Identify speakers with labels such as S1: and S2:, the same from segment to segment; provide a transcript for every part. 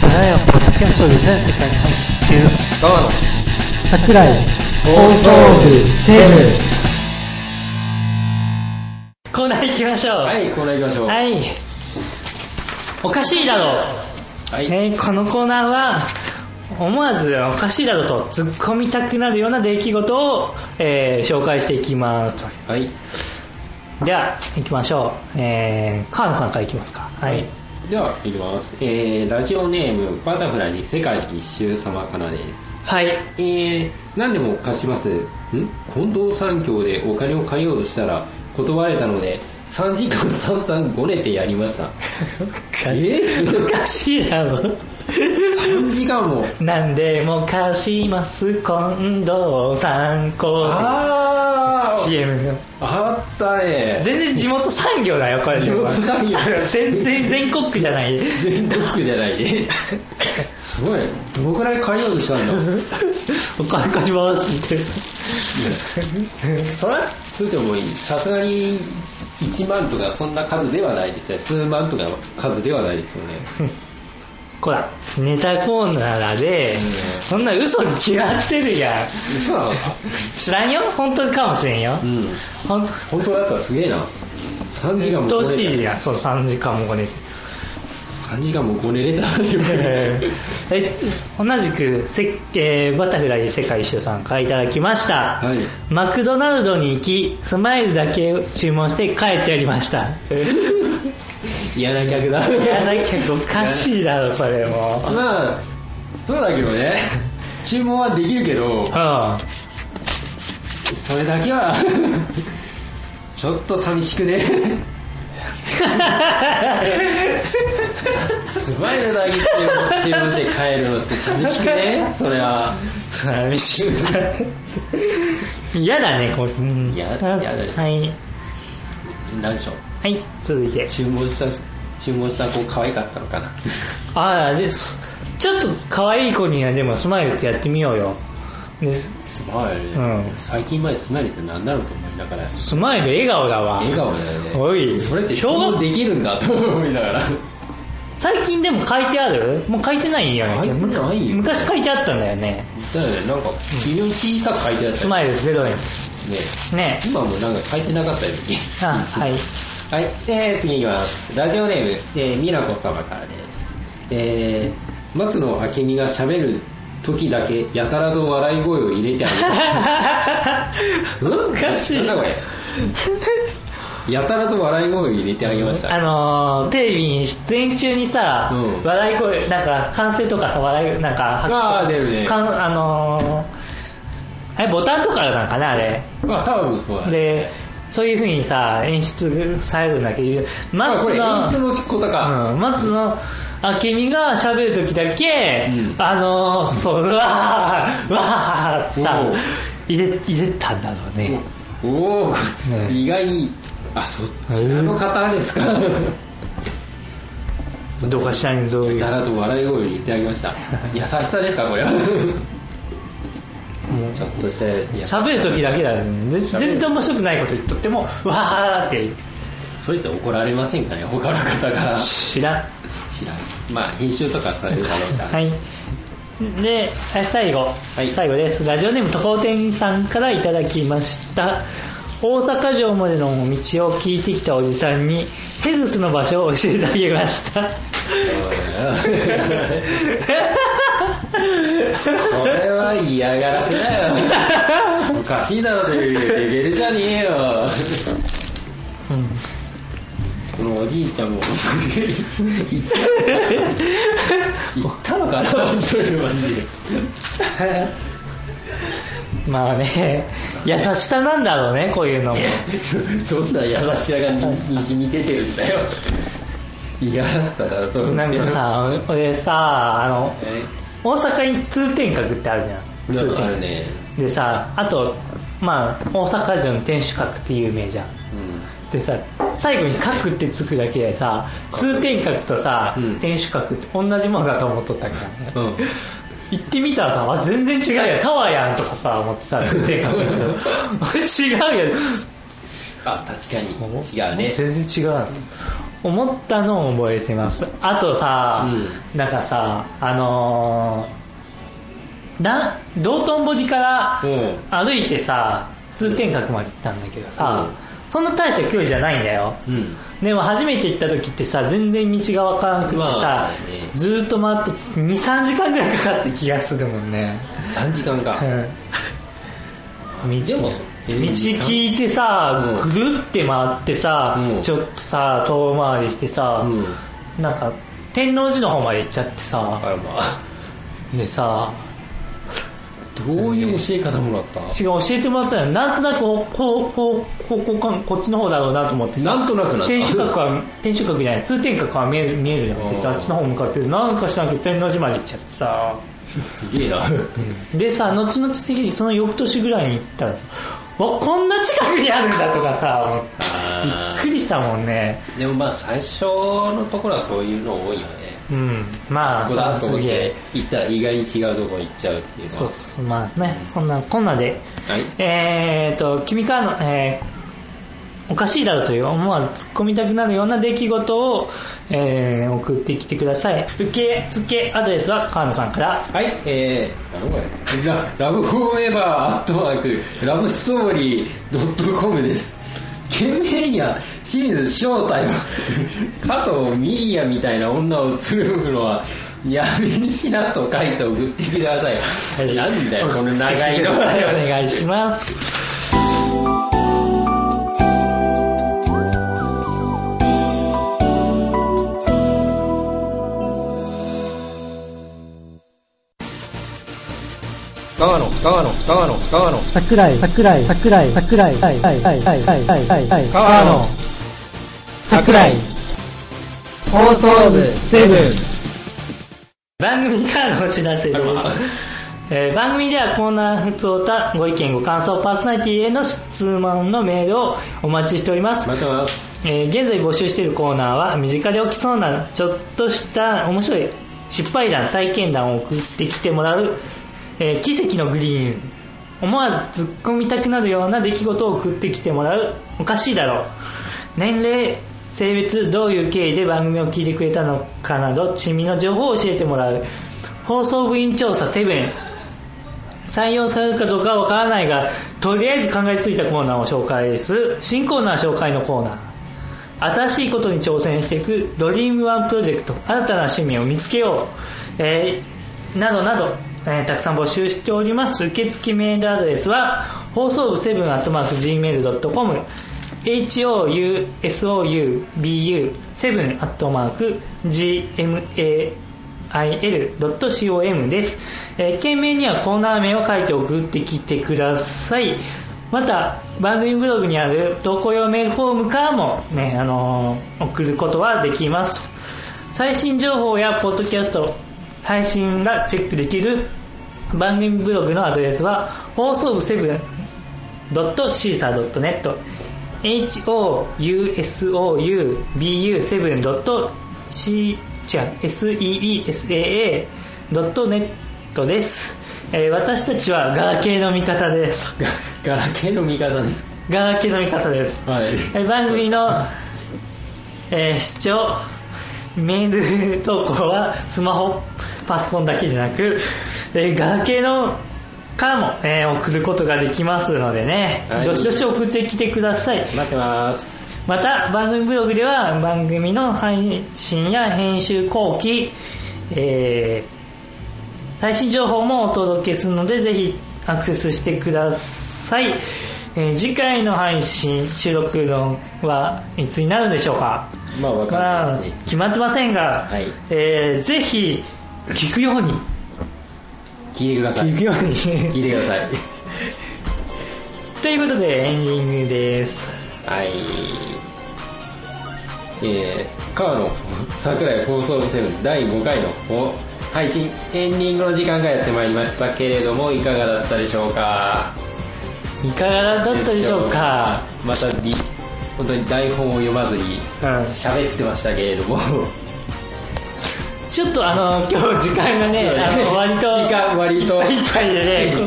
S1: 7夜ポッドキャストで全世界に発信中
S2: ガーナ
S1: 桜井放送部セブ
S3: コーナー行きましょう。
S2: はい、コーナー行きましょう。。
S3: はいい。おかしいだろう。
S2: はい
S3: えーこのコーナーは、思わずおかしいだろうと突っ込みたくなるような出来事を、えー紹介していきますと。
S2: はい。
S3: では、行きましょう。えー、河野さんから行きますか。はい。
S2: では、行きます。えー、ラジオネーム、バタフライに世界一周様からです。
S3: はい。
S2: えー、何でも貸します。ん近藤三協でお金を借りようとしたら、断れたので、3時間散々ごねてやりました。え
S3: おかしいだろう。
S2: 3時間も。
S3: なんでも貸します、今度参考。
S2: あー
S3: CM。
S2: あったね。
S3: 全然地元産業だよ、これ。
S2: 地元産業
S3: 全然全国区じゃない。
S2: 全国じゃないね。すごい。どのくらい借りようとしたんだ
S3: お金貸しますって。
S2: それはつってもいいさすがに1万とかそんな数ではないですね数万とかの数ではないですよね
S3: ほら、ネタコーナーで、そんな嘘に決まってるやん。
S2: 嘘なのか
S3: 知らんよ本当かもしれんよ。
S2: うん
S3: 本
S2: 本当だったらすげえな3時間
S3: 当
S2: も
S3: 鬱陶し
S2: れ
S3: いやん、そう、3時間もこねて。
S2: 3時間もこねれた
S3: え
S2: は
S3: 同じくせ、えーバタフライ世界一周さんからいただきました、
S2: い
S3: マクドナルドに行きスマイルだけ注文して帰っておりました
S2: 嫌な客だ
S3: いやだけどおかしいだろこれもう
S2: まあそうだけどね注文はできるけど
S3: ん
S2: それだけは ちょっと寂しくね スマイルだけ注文して帰るのって寂しくねそれは
S3: 寂しい嫌だねこれ、うん
S2: 嫌
S3: あ
S2: 嫌だね
S3: はい
S2: 何でしょう
S3: はい続いて
S2: 注文した注文した子可愛かったのかな
S3: ああですちょっと可愛い子にはでもスマイルってやってみようよです
S2: スマイル、
S3: うん
S2: 最近までスマイルって何だろうと思いながら
S3: スマイル笑顔だわ
S2: 笑顔だよね
S3: おい
S2: それって
S3: 小学
S2: 表現できるんだと思いながら
S3: 最近でも書いてあるもう書いてないんよね
S2: 書いてないよ
S3: 昔書いてあったんだよね
S2: だよねなんか微妙に小さく書いてあった
S3: ス
S2: よね
S3: マイルゼロ円ね
S2: 今もなんか書いてなかったよね
S3: あ はい
S2: はい、えー、次いきます。ラジオネーム、えー、みなこ様からです。えー、松野明美が喋る時だけ、やたらと笑い声を入れてあげまし た。
S3: おかしい
S2: なんだこれ。やたらと笑い声を入れてあげました。
S3: あのー、テレビに出演中にさ、
S2: うん
S3: 笑い声なんか歓声とかさ笑いなんか拍手
S2: あー出るね
S3: かんあのー、あれボタンとかなんかなあれ
S2: まあ、多分そうだね。
S3: でそういうふうにさ演出されるんだけど
S2: まあ、こ
S3: 松
S2: れ演
S3: の、
S2: 出の仕事か。
S3: うん、松野明美が喋る時だけ、
S2: うん
S3: あのー、そううわーわーってさ
S2: おう
S3: 入れ入れたんだろうね
S2: おお、
S3: ね
S2: 意外に、あ、そっちの方ですか。
S3: どうかしらにどういう
S2: だらと笑い声を入れてあげました。優しさですか、これは。ちょっとした優しさ
S3: 喋る時だけだよね全全然面白くないこと言っとってもわーって
S2: それって怒られませんかね他の方から
S3: 知らん
S2: 知らんまあ編集とかされるだろうから
S3: はいであ最後、
S2: はい
S3: 最後ですラジオネームとこてんさんからいただきました大阪城までの道を聞いてきたおじさんにヘルスの場所を教えてあげました
S2: これは嫌がらせだ よおかしいだろというレベルじゃねえよ、このおじい ちゃんも言った言ったのかなそれマジで
S3: まあね優しさなんだろうねこういうのも
S2: どんな優しさがににじみ出てるんだよ嫌らしさだと思う
S3: なんかさ俺さあの
S2: え
S3: 大阪に通天閣ってあるじゃん通天
S2: なんかあ
S3: 閣
S2: るね、
S3: でさあとまあ大阪城の天守閣って有名じゃん
S2: う
S3: でさ最後に「閣」ってつくだけでさ通天閣とさ、
S2: うん
S3: 天守閣って同じものだと思っとったからね
S2: んうん
S3: 行ってみたらさあ全然違うやんタワーやんとかさ思ってさ通天閣違うやん
S2: あ確かに違うね
S3: 全然違うな思ったのを覚えてますあとさ、
S2: う
S3: なんかさあのーな道頓堀から
S2: うん
S3: 歩いてさ通天閣まで行ったんだけどさ、
S2: う
S3: そんな大した距離じゃないんだよ
S2: うん
S3: でも初めて行った時ってさ全然道が分からなくてさ、
S2: まあね
S3: ずーっと回って23時間ぐらいかかった気がするもん ね
S2: 3時間か
S3: うん
S2: でも
S3: 道聞いてさ、
S2: うん
S3: ぐるって回ってさ、
S2: うん
S3: ちょっとさ遠回りしてさ、
S2: うん
S3: なんか天王寺の方まで行っちゃってさ
S2: あらまあ
S3: でさ
S2: どういう教え方もらった、
S3: 違う教えてもらったらなんとなくこうこうこうこうこうかこっちの方だろうなと思ってさ
S2: なんとなくなった
S3: 天守閣は天守閣じゃない通天閣は見える見えるじゃなくて
S2: うん
S3: あっちの方向かってなんかしなくて天王寺まで行っちゃってさ
S2: すげえな
S3: でさ後々的にその翌年ぐらいに行ったらさわこんな近くにあるんだとかさ思ってびっ
S2: あ
S3: くりしたもんね
S2: ーでもまあ最初のところはそういうの多いよね
S3: うんま
S2: そ
S3: あ
S2: こだと思っ
S3: すげ
S2: て
S3: え
S2: 行ったら意外に違うとこ行っちゃうっていうのは
S3: そうっすまあね、そんなこんなで
S2: はい
S3: えー、と君からの、えーおかしいだろという思わず突っ込みたくなるような出来事を、えー送ってきてください受付アドレスは川野さんから
S2: はい、えー、なんだこれララブフォーエバーアットマーク、ラブストーリードットコムです。懸命には清水正体を、 加藤ミリアみたいな女をつるむのは、やめにしなと書いて送ってください。なんだよ、この長いの。
S3: お願いします
S4: 長野長野長野長野
S1: 桜井桜井桜井桜井はいはいはいはいはいはいはい
S4: 川野
S1: 桜井放送部セブン
S3: 番組からのお知らせで
S2: あ
S3: す
S2: らまあ
S3: えー番組ではコーナーふつおたご意見ご感想パーソナリティへの質問のメールをお待ちしております
S2: 待ってます。
S3: えー現在募集しているコーナーは身近で起きそうなちょっとした面白い失敗談体験談を送ってきてもらう、えー奇跡のグリーン思わず突っ込みたくなるような出来事を送ってきてもらうおかしいだろう年齢性別どういう経緯で番組を聞いてくれたのかなど地味の情報を教えてもらう放送部員調査7採用されるかどうかはわからないがとりあえず考えついたコーナーを紹介する新コーナー紹介のコーナー新しいことに挑戦していくドリームワンプロジェクト新たな趣味を見つけよう、えーなどなど、えーたくさん募集しております受付メールアドレスは放送部 7-gmail.com housoub7-gmail.com です、えー、件名にはコーナー名を書いて送ってきてくださいまた番組ブログにある投稿用メールフォームからもね、あのー送ることはできます最新情報やポッドキャスト配信がチェックできる番組ブログのアドレスは放送部7 .caesar.net housoub7.c 違う seesaa.net です、えー私たちはガラケーの味方です
S2: ガガラケーの味方です。
S3: ガラケーの味方です、
S2: はい。
S3: えー 番組の、えー視聴メール投稿はスマホパソコンだけでなく、えーガラケーのからも、えー送ることができますのでね、
S2: はい
S3: どしどし送ってきてください
S2: 待ってます。
S3: また番組ブログでは番組の配信や編集後期、えー最新情報もお届けするのでぜひアクセスしてください、えー次回の配信収録論はいつになるでしょうか
S2: まあ、わか
S3: ま
S2: ん
S3: あ
S2: ないですね。
S3: 決まってませんが、
S2: はい
S3: えーぜひ聞くように
S2: 聞いてください。
S3: 聞くように
S2: 聞いてください。
S3: ということでエンディングです
S2: はい。えー、川野桜井放送部セブン第5回のお配信エンディングの時間がやってまいりましたけれどもいかがだったでしょうか
S3: いかがだったでしょうか、
S2: またり本当に台本を読まずに
S3: うん
S2: 喋ってましたけれども
S3: ちょっとあの今日時間が ね、あの割と
S2: 時間割と
S3: いっぱいでね、こ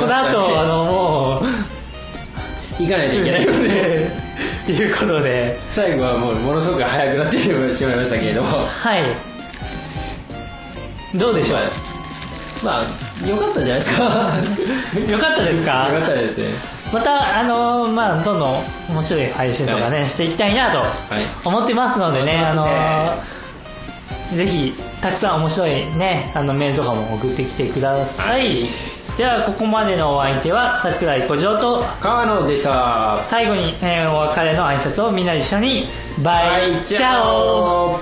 S3: こ
S2: 構来
S3: の
S2: ましたね
S3: 後あのもう
S2: 行かないといけないので
S3: 行ということで
S2: 最後はもうものすごく早くなってしまいましたけれども
S3: はいどうでしょう
S2: まあよかったんじゃないですかよ
S3: よかったですか
S2: かったですね
S3: またあのーまあどんどん面白い配信とかね、していきたいなと
S2: はい
S3: 思ってますのでね、あ
S2: 思
S3: の
S2: ってます
S3: ーぜひたくさん面白いねあのメールとかも送ってきてください、じゃあここまでのお相手は桜井小次郎と
S2: 川野でした
S3: 最後に、えーお別れの挨拶をみんなで一緒にバイ、チャオ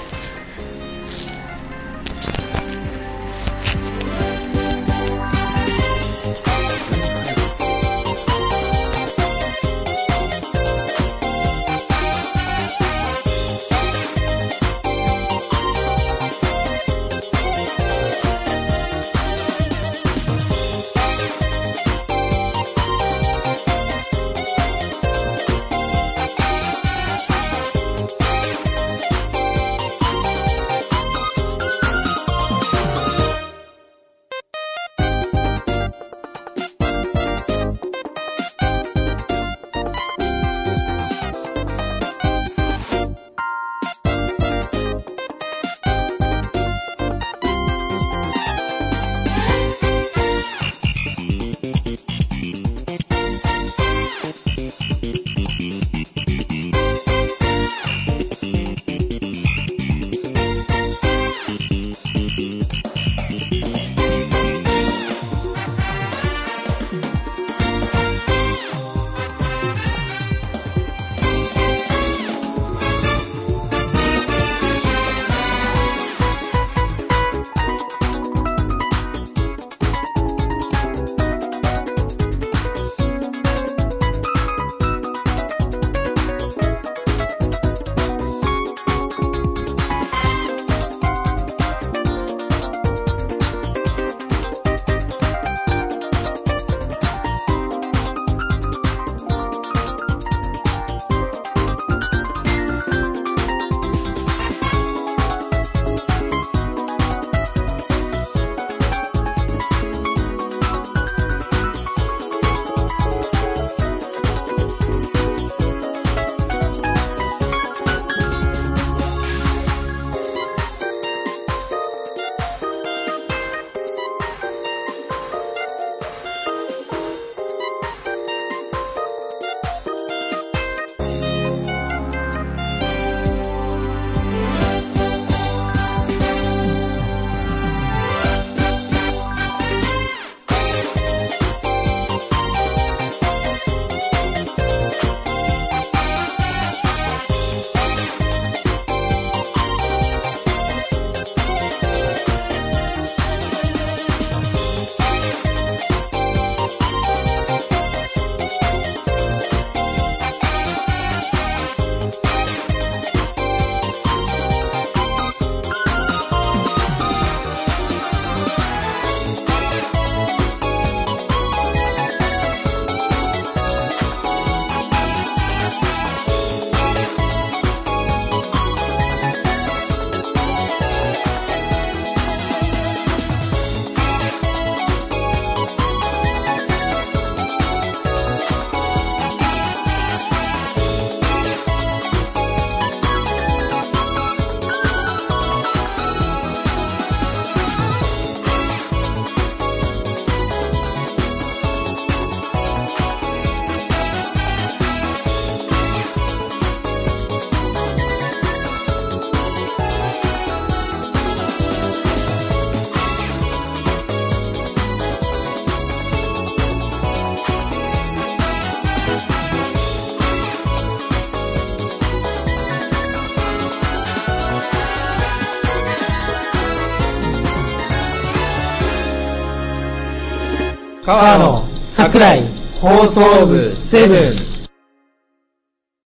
S1: 川野桜井放送部セブン